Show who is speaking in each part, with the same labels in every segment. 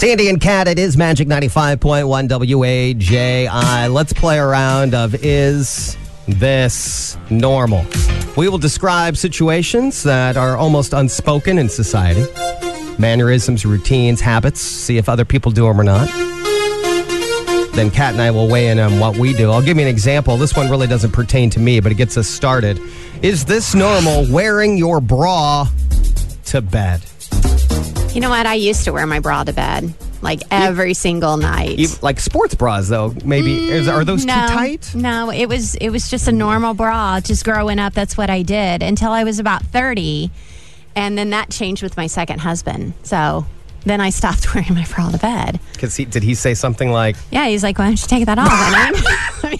Speaker 1: Sandy and Cat, it is Magic 95.1 WAJI. Let's play a round of Is This Normal? We will describe situations that are almost unspoken in society mannerisms, routines, habits, see if other people do them or not. Then Kat and I will weigh in on what we do. I'll give you an example. This one really doesn't pertain to me, but it gets us started. Is this normal wearing your bra to bed?
Speaker 2: You know what? I used to wear my bra to bed like every single night.
Speaker 1: You- like sports bras, though, maybe. is, are those
Speaker 2: Mm, no,
Speaker 1: too tight?
Speaker 2: No, it was it was just a normal bra. Just growing up, that's what I did until I was about thirty, and then that changed with my second husband. So then I stopped wearing my bra to bed.
Speaker 1: Because he, did he say something like,
Speaker 2: Yeah, he's like, "Why don't you take that off?" And I-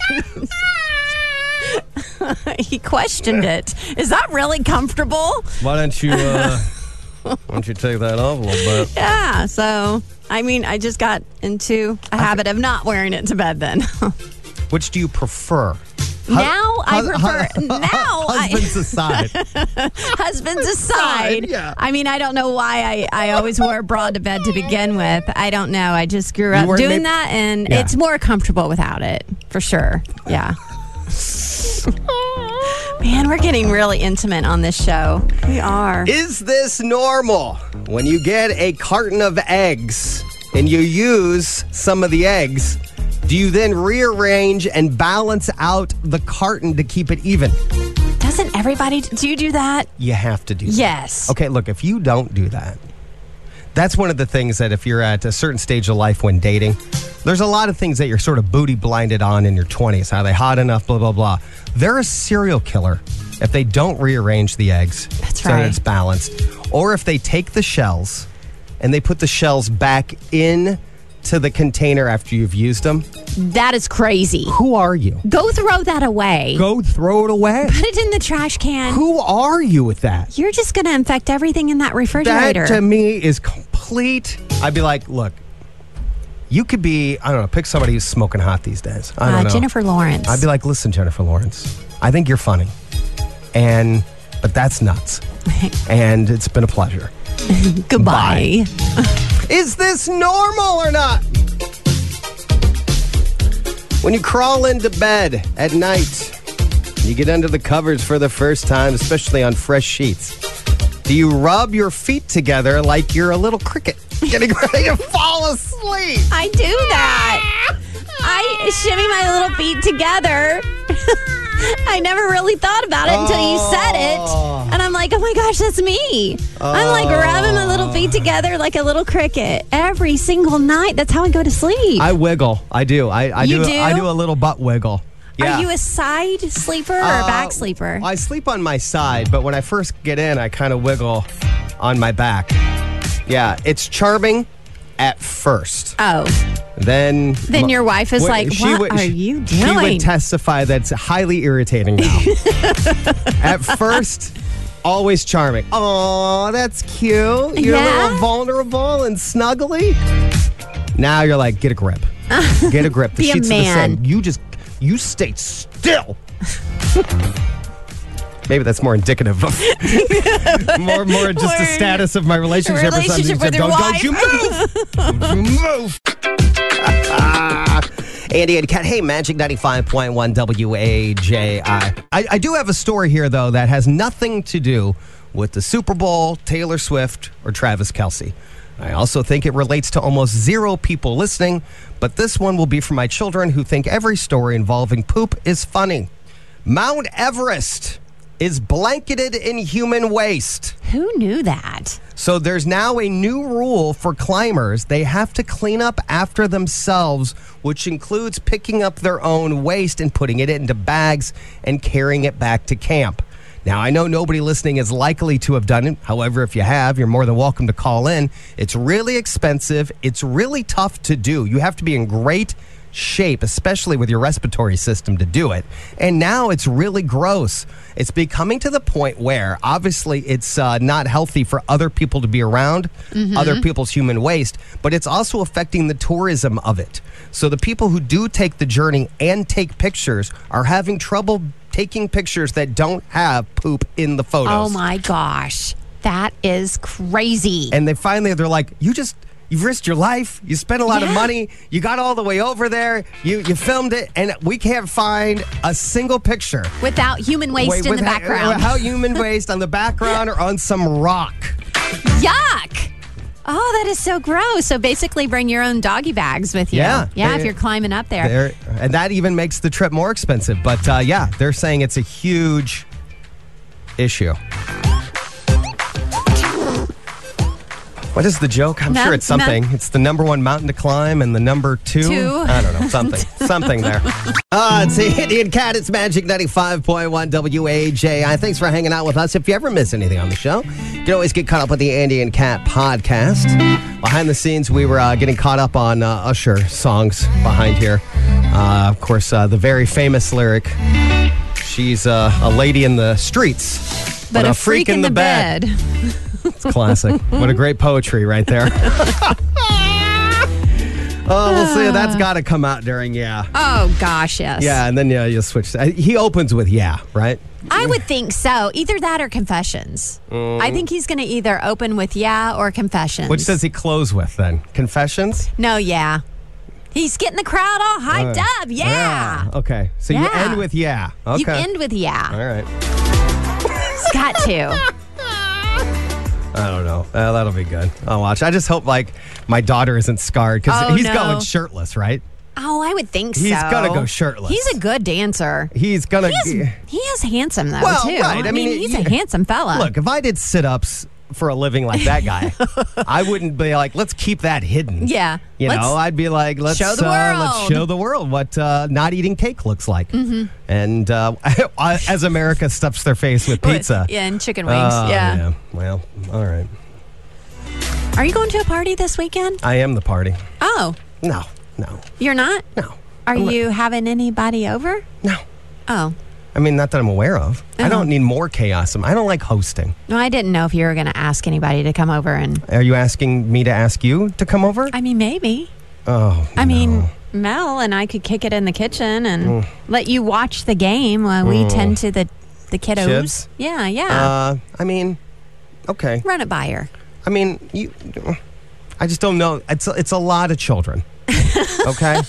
Speaker 2: I mean, he questioned it. Is that really comfortable?
Speaker 1: why don't you, uh, why don't you take that off a little bit?
Speaker 2: Yeah. So I mean, I just got into a habit of not wearing it to bed. Then
Speaker 1: Which do you prefer?
Speaker 2: now I
Speaker 1: Hus-
Speaker 2: prefer. now Oh, I.
Speaker 1: Husbands aside.
Speaker 2: husbands aside.
Speaker 1: yeah.
Speaker 2: I mean, I don't know why I, I always wore a bra to bed to begin with. I don't know. I just grew up
Speaker 1: weren't
Speaker 2: doing
Speaker 1: maybe-
Speaker 2: that, and
Speaker 1: Yeah.
Speaker 2: it's more comfortable without it, for sure. Yeah. Man, we're getting really intimate on this show. We are.
Speaker 1: Is this normal? When you get a carton of eggs and you use some of the eggs, do you then rearrange and balance out the carton to keep it even?
Speaker 2: Doesn't everybody do you do that?
Speaker 1: You have to do that.
Speaker 2: Yes.
Speaker 1: Okay, look, if you don't do that, that's one of the things that if you're at a certain stage of life when dating, there's a lot of things that you're sort of booty blinded on in your 20s. Are they hot enough? Blah, blah, blah. They're a serial killer if they don't rearrange the eggs
Speaker 2: That's
Speaker 1: so that
Speaker 2: right.
Speaker 1: it's balanced, or if they take the shells and they put the shells back in to the container after you've used them.
Speaker 2: That is crazy.
Speaker 1: Who are you?
Speaker 2: Go throw that away.
Speaker 1: Go throw it away.
Speaker 2: Put it in the trash can.
Speaker 1: Who are you with that?
Speaker 2: You're just going to infect everything in that refrigerator.
Speaker 1: That to me is complete. I'd be like, look, you could be, I don't know, pick somebody who's smoking hot these days. I don't
Speaker 2: uh,
Speaker 1: know.
Speaker 2: Jennifer Lawrence.
Speaker 1: I'd be like, listen, Jennifer Lawrence, I think you're funny. And, but that's nuts. and it's been a pleasure.
Speaker 2: Goodbye.
Speaker 1: Is this normal or not? When you crawl into bed at night, you get under the covers for the first time, especially on fresh sheets. Do you rub your feet together like you're a little cricket getting ready to fall asleep?
Speaker 2: I do that. I shimmy my little feet together. I never really thought about it until you said
Speaker 1: Oh.
Speaker 2: it. And I'm like, oh my gosh, that's me. I'm like rubbing my little feet together like a little cricket every single night. That's how I go to sleep.
Speaker 1: I wiggle. I do. I, I
Speaker 2: You
Speaker 1: do,
Speaker 2: do?
Speaker 1: I do a little butt wiggle. Yeah.
Speaker 2: Are you a side sleeper or a
Speaker 1: Uh,
Speaker 2: back sleeper?
Speaker 1: I sleep on my side, but when I first get in, I kind of wiggle on my back. Yeah, it's charming at first.
Speaker 2: oh,
Speaker 1: Then,
Speaker 2: Then your wife is like, "What are you
Speaker 1: She
Speaker 2: doing?"
Speaker 1: would testify that's highly irritating now. At first, always charming. Oh, that's cute. You're a little
Speaker 2: Yeah?
Speaker 1: vulnerable and snuggly. Now you're like, get a grip. Get a grip. The
Speaker 2: Be a
Speaker 1: sheets are the
Speaker 2: man.
Speaker 1: same. You just, you stay still. Maybe that's more indicative of more, more just the
Speaker 2: Or-
Speaker 1: status of my relationship,
Speaker 2: Relationship
Speaker 1: or
Speaker 2: with
Speaker 1: something.
Speaker 2: your
Speaker 1: don't,
Speaker 2: wife.
Speaker 1: don't you move! move. Andy and Kat, hey, Magic 95.1 WAJI. I, I do have a story here, though, that has nothing to do with the Super Bowl, Taylor Swift, or Travis Kelsey. I also think it relates to almost zero people listening, but this one will be for my children who think every story involving poop is funny. Mount Everest is blanketed in human waste.
Speaker 2: who knew that?
Speaker 1: So there's now a new rule for climbers. They have to clean up after themselves, which includes picking up their own waste and putting it into bags and carrying it back to camp. Now, I know nobody listening is likely to have done it. However, if you have, you're more than welcome to call in. It's really expensive. It's really tough to do. You have to be in great shape, especially with your respiratory system, to do it. And now it's really gross. It's becoming to the point where obviously it's uh, not healthy for other people to be around, other people's human waste, but it's also affecting the tourism of it. So the people who do take the journey and take pictures are having trouble taking pictures that don't have poop in the photos.
Speaker 2: Oh my gosh. That is crazy.
Speaker 1: And they finally, they're like, you just. You've risked your life. You spent a lot of
Speaker 2: Yeah.
Speaker 1: money. You got all the way over there. You you filmed it, and we can't find a single picture.
Speaker 2: without human waste
Speaker 1: Wait,
Speaker 2: in the
Speaker 1: with-
Speaker 2: background.
Speaker 1: How human waste on the background or on some rock.
Speaker 2: Yuck! Oh, that is so gross. So basically, bring your own doggy bags with you.
Speaker 1: Yeah.
Speaker 2: yeah.
Speaker 1: They-
Speaker 2: if you're climbing up there,
Speaker 1: They're- and that even makes the trip more expensive. But uh, yeah, they're saying it's a huge issue. What is the joke? I'm
Speaker 2: No,
Speaker 1: sure it's
Speaker 2: no.
Speaker 1: something. It's the number one mountain to climb and the number two.
Speaker 2: Two.
Speaker 1: I don't know. Something. something there. Uh, it's the Indian Cat. It's Magic 95.1 WAJI. Thanks for hanging out with us. If you ever miss anything on the show, you can always get caught up with the Andy and Cat podcast. Behind the scenes, we were uh, getting caught up on uh, Usher songs behind here. Uh, of course, uh, the very famous lyric She's uh, a lady in the streets,
Speaker 2: but, a, freak, in, the bed.
Speaker 1: It's classic. what a great poetry right there. Oh, we'll see. That's got to come out during, yeah.
Speaker 2: Oh gosh, yes.
Speaker 1: Yeah, and then yeah, you switch. uh, He opens with yeah, right?
Speaker 2: I would think so. Either that or confessions. I think he's going to either open with yeah or confessions.
Speaker 1: Mm. Which does he close with then? Confessions.
Speaker 2: no, yeah. He's getting the crowd all hyped
Speaker 1: Uh,
Speaker 2: up. Yeah.
Speaker 1: Ah, Okay. So you
Speaker 2: Yeah.
Speaker 1: end with yeah. Okay.
Speaker 2: You end with yeah.
Speaker 1: All right.
Speaker 2: It's got to.
Speaker 1: I don't know. Uh, that'll be good. I'll watch. I just hope like my daughter isn't scarred because
Speaker 2: Oh,
Speaker 1: he's
Speaker 2: no.
Speaker 1: going shirtless, right?
Speaker 2: Oh, I would think
Speaker 1: He's
Speaker 2: so.
Speaker 1: gonna go shirtless.
Speaker 2: He's a good dancer.
Speaker 1: He's gonna.
Speaker 2: He is, he is handsome though
Speaker 1: Well,
Speaker 2: too.
Speaker 1: right. I
Speaker 2: I, mean,
Speaker 1: mean,
Speaker 2: he's
Speaker 1: you-
Speaker 2: a handsome fella.
Speaker 1: Look, if I did sit ups for a living like that guy, I wouldn't be like, let's keep that hidden.
Speaker 2: Yeah.
Speaker 1: You
Speaker 2: Let's-
Speaker 1: know, I'd be like, let's
Speaker 2: Show the
Speaker 1: uh, let's
Speaker 2: world. Mm-hmm.
Speaker 1: show the world what uh, not eating cake looks like. And uh, as America stuffs their face with
Speaker 2: But-
Speaker 1: pizza.
Speaker 2: Yeah, and chicken wings.
Speaker 1: Oh,
Speaker 2: yeah.
Speaker 1: Well, all right.
Speaker 2: Are you going to a party this weekend?
Speaker 1: I am the party.
Speaker 2: Oh,
Speaker 1: No, no,
Speaker 2: you're not?
Speaker 1: no,
Speaker 2: Are you having anybody over?
Speaker 1: no.
Speaker 2: Oh.
Speaker 1: I mean, not that I'm aware of.
Speaker 2: Uh-huh.
Speaker 1: I don't need more chaos. I don't like hosting.
Speaker 2: No, I didn't know if you were going to ask anybody to come over and
Speaker 1: Are you asking me to ask you to come over?
Speaker 2: I mean, maybe.
Speaker 1: oh,
Speaker 2: I mean,
Speaker 1: no. Mm.
Speaker 2: Mel and I could kick it in the kitchen and let you watch the game while we tend to the the kiddos.
Speaker 1: Kids?
Speaker 2: Yeah, yeah.
Speaker 1: Uh, I mean, okay.
Speaker 2: Run it by her.
Speaker 1: I mean, you. I just don't know. It's it's a lot of children. Okay,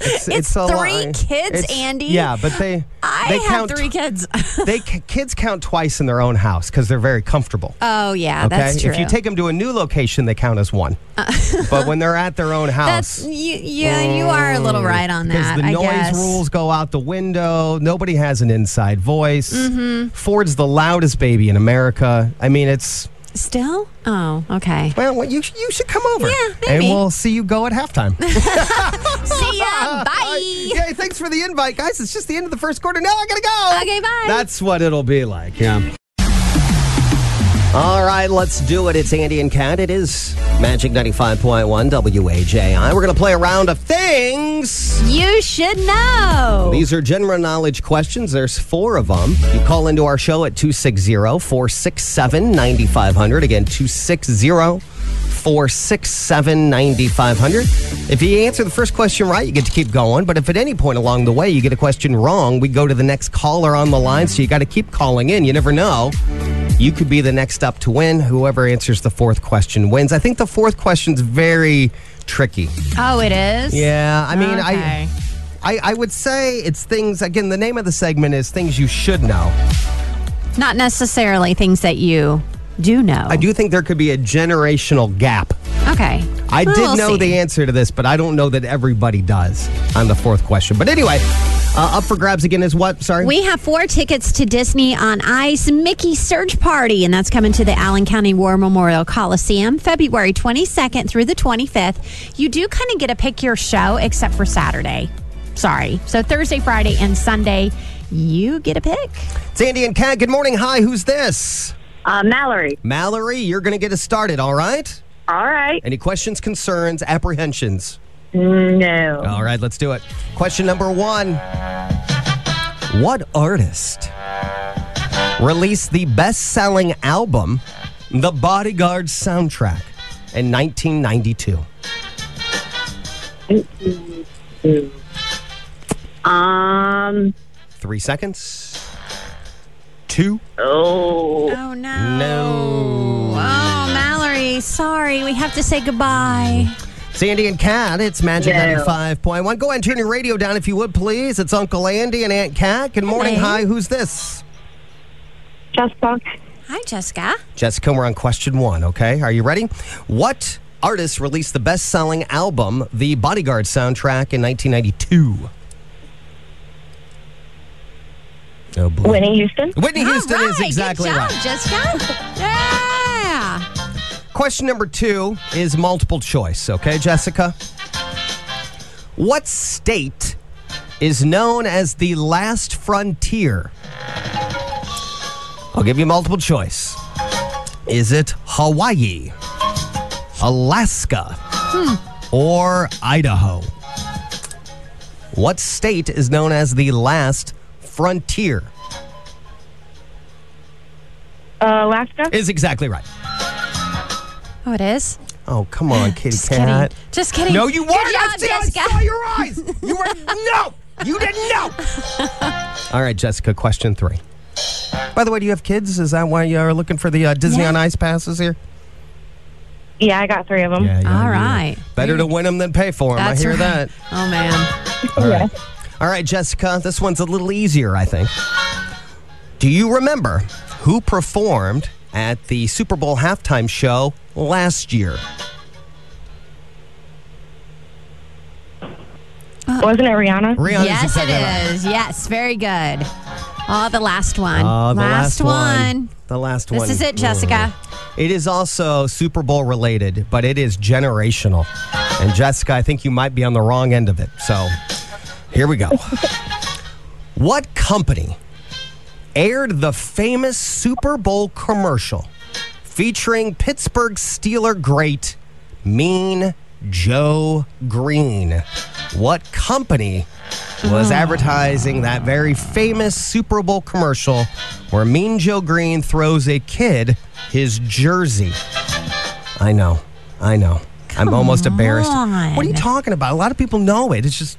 Speaker 1: it's,
Speaker 2: It's three kids, Andy.
Speaker 1: Yeah, but they
Speaker 2: I
Speaker 1: they
Speaker 2: have
Speaker 1: count
Speaker 2: three kids.
Speaker 1: they c- kids count twice in their own house because they're very comfortable.
Speaker 2: oh yeah,
Speaker 1: okay,
Speaker 2: that's true. Uh,
Speaker 1: if you take them to a new location, they count as one. but when they're at their own house,
Speaker 2: that's you. Yeah, you are a little right on that.
Speaker 1: because the
Speaker 2: I
Speaker 1: noise
Speaker 2: guess.
Speaker 1: rules go out the window. Nobody has an inside voice.
Speaker 2: Mm-hmm.
Speaker 1: Ford's the loudest baby in America. I mean, it's
Speaker 2: Still? Oh, okay.
Speaker 1: well, you sh- you should come over.
Speaker 2: Yeah,
Speaker 1: and
Speaker 2: maybe.
Speaker 1: we'll see you go at halftime.
Speaker 2: See ya. Bye.
Speaker 1: Yay, thanks for the invite, guys. It's just the end of the first quarter. Now I gotta go.
Speaker 2: Okay, bye.
Speaker 1: That's what it'll be like. Yeah. All right, let's do it. It's Andy and Kat. It is Magic 95.1 WAJI. We're going to play a round of things.
Speaker 2: You should know.
Speaker 1: These are general knowledge questions. There's four of them. You call into our show at 260 467 9500. Again, 260 467 9500. If you answer the first question right, you get to keep going. But if at any point along the way you get a question wrong, we go to the next caller on the line. So you got to keep calling in. You never know. You could be the next up to win. Whoever answers the fourth question wins. I think the fourth question's very tricky.
Speaker 2: oh, it is.
Speaker 1: Yeah, I mean,
Speaker 2: Okay.
Speaker 1: I, I, I would say it's things. Again, the name of the segment is things you should know.
Speaker 2: Not necessarily things that you do know.
Speaker 1: I do think there could be a generational gap.
Speaker 2: Okay.
Speaker 1: I
Speaker 2: Well,
Speaker 1: did
Speaker 2: we'll
Speaker 1: know
Speaker 2: see.
Speaker 1: the answer to this, but I don't know that everybody does on the fourth question. But anyway, uh, up for grabs again is what? Sorry,
Speaker 2: We have four tickets to Disney on Ice Mickey Search Party, and that's coming to the Allen County War Memorial Coliseum February 22nd through the 25th. You do kind of get to pick your show, except for Saturday. Sorry. So Thursday, Friday, and Sunday, you get a pick.
Speaker 1: Sandy and Kat. Good morning. Hi, who's this?
Speaker 3: Uh, Mallory.
Speaker 1: Mallory, you're going to get us started. All right.
Speaker 3: All right.
Speaker 1: Any questions, concerns, apprehensions?
Speaker 3: No.
Speaker 1: All right, let's do it. Question number one What artist released the best selling album, The Bodyguard Soundtrack, in 1992? Oh.
Speaker 3: Um.
Speaker 1: Three seconds. Two.
Speaker 3: Oh.
Speaker 2: Oh, no.
Speaker 1: No.
Speaker 2: Oh, Mallory, Sorry, sorry. We have to say goodbye.
Speaker 1: Sandy and Kat, it's Magic
Speaker 3: No.
Speaker 1: 95.1. Go ahead and turn your radio down if you would, please. It's Uncle Andy and Aunt Kat. Good morning.
Speaker 2: Hello.
Speaker 1: Hi, who's this?
Speaker 3: Jessica.
Speaker 2: Hi, Jessica.
Speaker 1: Jessica, we're on question one, okay? Are you ready? What artist released the best selling album, The Bodyguard soundtrack, in 1992? Oh, boy.
Speaker 3: Whitney Houston.
Speaker 1: Whitney Houston
Speaker 2: All
Speaker 1: is
Speaker 2: right,
Speaker 1: exactly
Speaker 2: Good job,
Speaker 1: right.
Speaker 2: Jessica. yeah.
Speaker 1: Question number two is multiple choice, okay, Jessica? What state is known as the last frontier? I'll give you multiple choice. Is it Hawaii, Alaska,
Speaker 2: Hmm.
Speaker 1: or Idaho? What state is known as the last frontier?
Speaker 3: uh, Alaska.
Speaker 1: Is exactly right.
Speaker 2: Oh, it is.
Speaker 1: Oh, come on, kitty
Speaker 2: Just
Speaker 1: cat.
Speaker 2: kidding. Just kidding.
Speaker 1: No, you weren't.
Speaker 2: Good job,
Speaker 1: I, see- I
Speaker 2: Jessica.
Speaker 1: saw your eyes. You were no. You didn't know. All right, Jessica. Question three. By the way, do you have kids? Is that why you're looking for the uh, Disney
Speaker 2: Yeah.
Speaker 1: on Ice passes here?
Speaker 3: Yeah, I got three of them.
Speaker 2: All right.
Speaker 1: Better to win them than pay for them. I
Speaker 2: That's
Speaker 1: hear
Speaker 2: right.
Speaker 1: that.
Speaker 2: Oh man.
Speaker 1: All right. All right, Jessica. This one's a little easier, I think. Do you remember who performed at the Super Bowl halftime show last year?
Speaker 3: Uh, Wasn't it Rihanna?
Speaker 1: Rihanna's
Speaker 2: yes, it
Speaker 1: exactly right.
Speaker 2: is. Yes, very good. Oh, the last one.
Speaker 1: Uh, the last,
Speaker 2: one.
Speaker 1: The last
Speaker 2: This
Speaker 1: one. Mm.
Speaker 2: is it, Jessica.
Speaker 1: It is also Super Bowl related, but it is generational. And Jessica, I think you might be on the wrong end of it. So here we go. what company aired the famous Super Bowl commercial featuring Pittsburgh Steeler great Mean Joe Green? What company was advertising that very famous Super Bowl commercial where Mean Joe Green throws a kid his jersey? I know. I know. I'm almost embarrassed. What are you
Speaker 2: on.
Speaker 1: talking about? A lot of people know it. It's just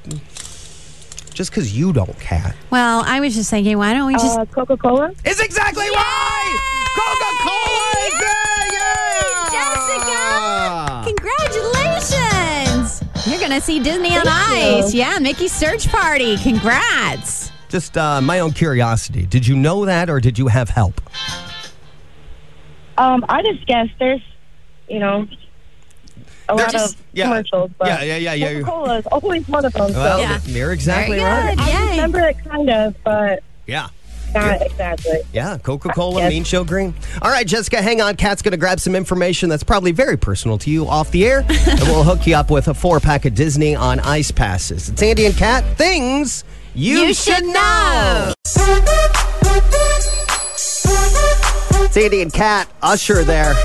Speaker 1: just because you don't, Cat.
Speaker 2: Well, I was just thinking, why don't we just
Speaker 3: Uh, Coca Cola.
Speaker 1: It's exactly right! Coca Cola is there! Yeah!
Speaker 2: Jessica! Congratulations! You're gonna see Disney on Ice. Yeah, Mickey's search party. Congrats.
Speaker 1: Just uh, my own curiosity. Did you know that or did you have help?
Speaker 3: Um, I just guessed there's, you know, a lot
Speaker 1: There's-
Speaker 3: of
Speaker 1: yeah.
Speaker 3: commercials. But
Speaker 1: Yeah, yeah, yeah, yeah.
Speaker 3: Coca Cola is always one of them.
Speaker 1: Well,
Speaker 3: so.
Speaker 2: Yeah.
Speaker 1: you're exactly
Speaker 2: Very
Speaker 1: right.
Speaker 2: good.
Speaker 3: I
Speaker 2: Yay.
Speaker 3: remember it kind of, but
Speaker 1: Yeah.
Speaker 3: not exactly.
Speaker 1: Yeah, Coca Cola,
Speaker 3: Yes.
Speaker 1: Mean Show Green. All right, Jessica, hang on. Kat's going to grab some information that's probably very personal to you off the air, and we'll hook you up with a four pack of Disney on Ice passes. It's Andy and Kat. Things you, should know. It's Andy and Kat, Usher there.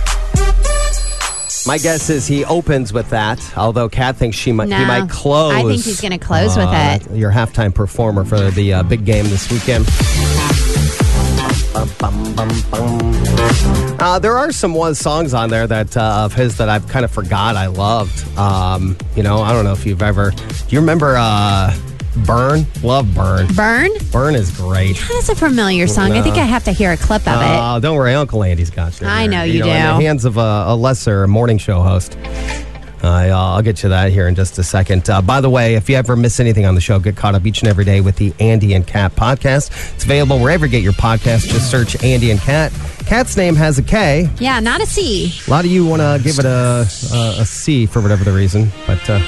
Speaker 1: My guess is he opens with that, although Kat thinks she might he
Speaker 2: No.
Speaker 1: might close. Uh,
Speaker 2: I think he's gonna close with it.
Speaker 1: Your halftime performer for the uh, big game this weekend. Uh, there are some one songs on there that uh, of his that I've kind of forgot I loved. Um, you know, I don't know if you've ever. Do you remember uh, "Burn"? Love "Burn."
Speaker 2: Burn?
Speaker 1: "Burn" is great.
Speaker 2: That is a familiar song. I think I have to hear a clip of it.
Speaker 1: Uh, don't worry, Uncle Andy's got you.
Speaker 2: I know you
Speaker 1: In the
Speaker 2: do.
Speaker 1: hands of a, a lesser morning show host. I, uh, I'll get you that here in just a second. Uh, by the way, if you ever miss anything on the show, get caught up each and every day with the Andy and Cat podcast. It's available wherever you get your podcast. Just search Andy and Cat. Cat's name has a K.
Speaker 2: Yeah, not a C.
Speaker 1: A lot of you want to give it a, a a C for whatever the reason, but uh,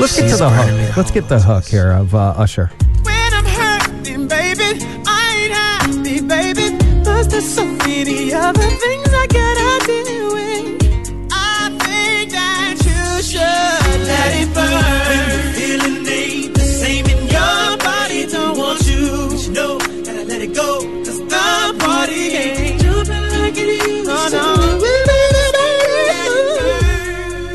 Speaker 1: let's get to the hook. Let's get the hook here of uh, Usher.
Speaker 4: When I'm hurting, baby, I ain't happy, baby. Cause there's so many other things I gotta deal with. I think that you should let it burn. When the feeling ain't the same and your body don't want you. But you know, gotta let it go. Cause the party ain't jumping like it used oh, no.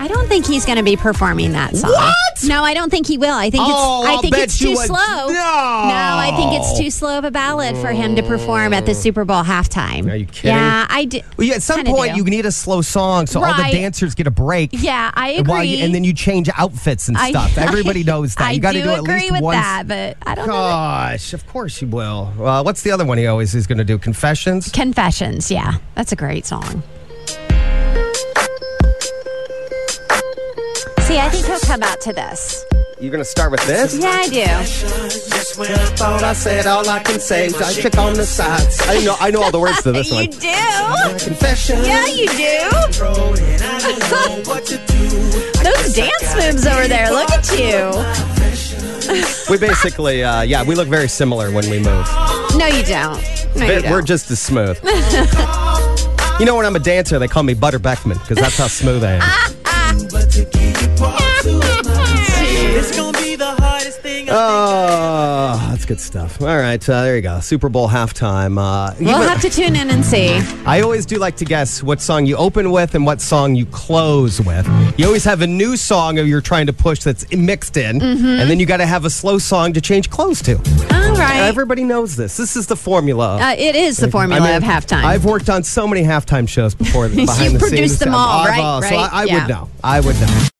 Speaker 2: I don't think he's going to be performing that song.
Speaker 1: What?
Speaker 2: No, I don't think he will. I think
Speaker 1: Oh,
Speaker 2: it's I
Speaker 1: I'll
Speaker 2: think
Speaker 1: bet
Speaker 2: it's
Speaker 1: you
Speaker 2: too
Speaker 1: a-
Speaker 2: slow.
Speaker 1: No.
Speaker 2: I think it's too slow of a ballad for him to perform at the Super Bowl halftime.
Speaker 1: Oh. Are you kidding?
Speaker 2: Yeah, I do.
Speaker 1: Well, yeah, at some
Speaker 2: kinda
Speaker 1: point
Speaker 2: do.
Speaker 1: you need a slow song so all the
Speaker 2: Right.
Speaker 1: dancers get a break.
Speaker 2: Yeah, I
Speaker 1: And
Speaker 2: agree.
Speaker 1: while you- and then you change outfits and
Speaker 2: I-
Speaker 1: stuff. Everybody knows that.
Speaker 2: I
Speaker 1: you got to do, at
Speaker 2: agree
Speaker 1: least
Speaker 2: with
Speaker 1: once.
Speaker 2: that, but I don't know.
Speaker 1: Gosh, of course you will. Uh, what's the other one he always is going to do? Confessions.
Speaker 2: Confessions, yeah. That's a great song. See, I think he'll come out to this.
Speaker 1: You're gonna start with this?
Speaker 2: Yeah, I do.
Speaker 4: Just when I thought
Speaker 1: I said all I can say. I shook on the sides. I know I know all the words to this
Speaker 2: you
Speaker 1: one.
Speaker 2: do?
Speaker 1: Confession.
Speaker 2: Yeah, you do.
Speaker 4: rolled and I don't know what to do.
Speaker 2: Those dance moves over there. Look at you.
Speaker 1: We basically, uh, yeah, we look very similar when we move.
Speaker 2: No, you don't. No, you
Speaker 1: But
Speaker 2: don't.
Speaker 1: We're just as smooth. you know, when I'm a dancer, they call me Butter Beckman because that's how smooth I am.
Speaker 4: But to get you brought to my It's gonna be the hardest
Speaker 2: Ah.
Speaker 4: thing I
Speaker 1: Oh, that's good stuff. All right, uh, there you go. Super Bowl halftime. Uh,
Speaker 2: We'll
Speaker 1: even-
Speaker 2: have to tune in and see.
Speaker 1: I always do like to guess what song you open with and what song you close with. You always have a new song that you're trying to push that's mixed in, and then you got to have a slow song to change clothes to.
Speaker 2: All Mm-hmm. right.
Speaker 1: Everybody knows this. This is the formula. of-
Speaker 2: Uh, it is the formula
Speaker 1: I mean,
Speaker 2: of halftime.
Speaker 1: I've worked on so many halftime shows before. Behind the
Speaker 2: You produced
Speaker 1: scenes
Speaker 2: them
Speaker 1: stuff.
Speaker 2: all,
Speaker 1: I've
Speaker 2: right?
Speaker 1: all- So I,
Speaker 2: Right?
Speaker 1: I
Speaker 2: Yeah.
Speaker 1: would know. I would know.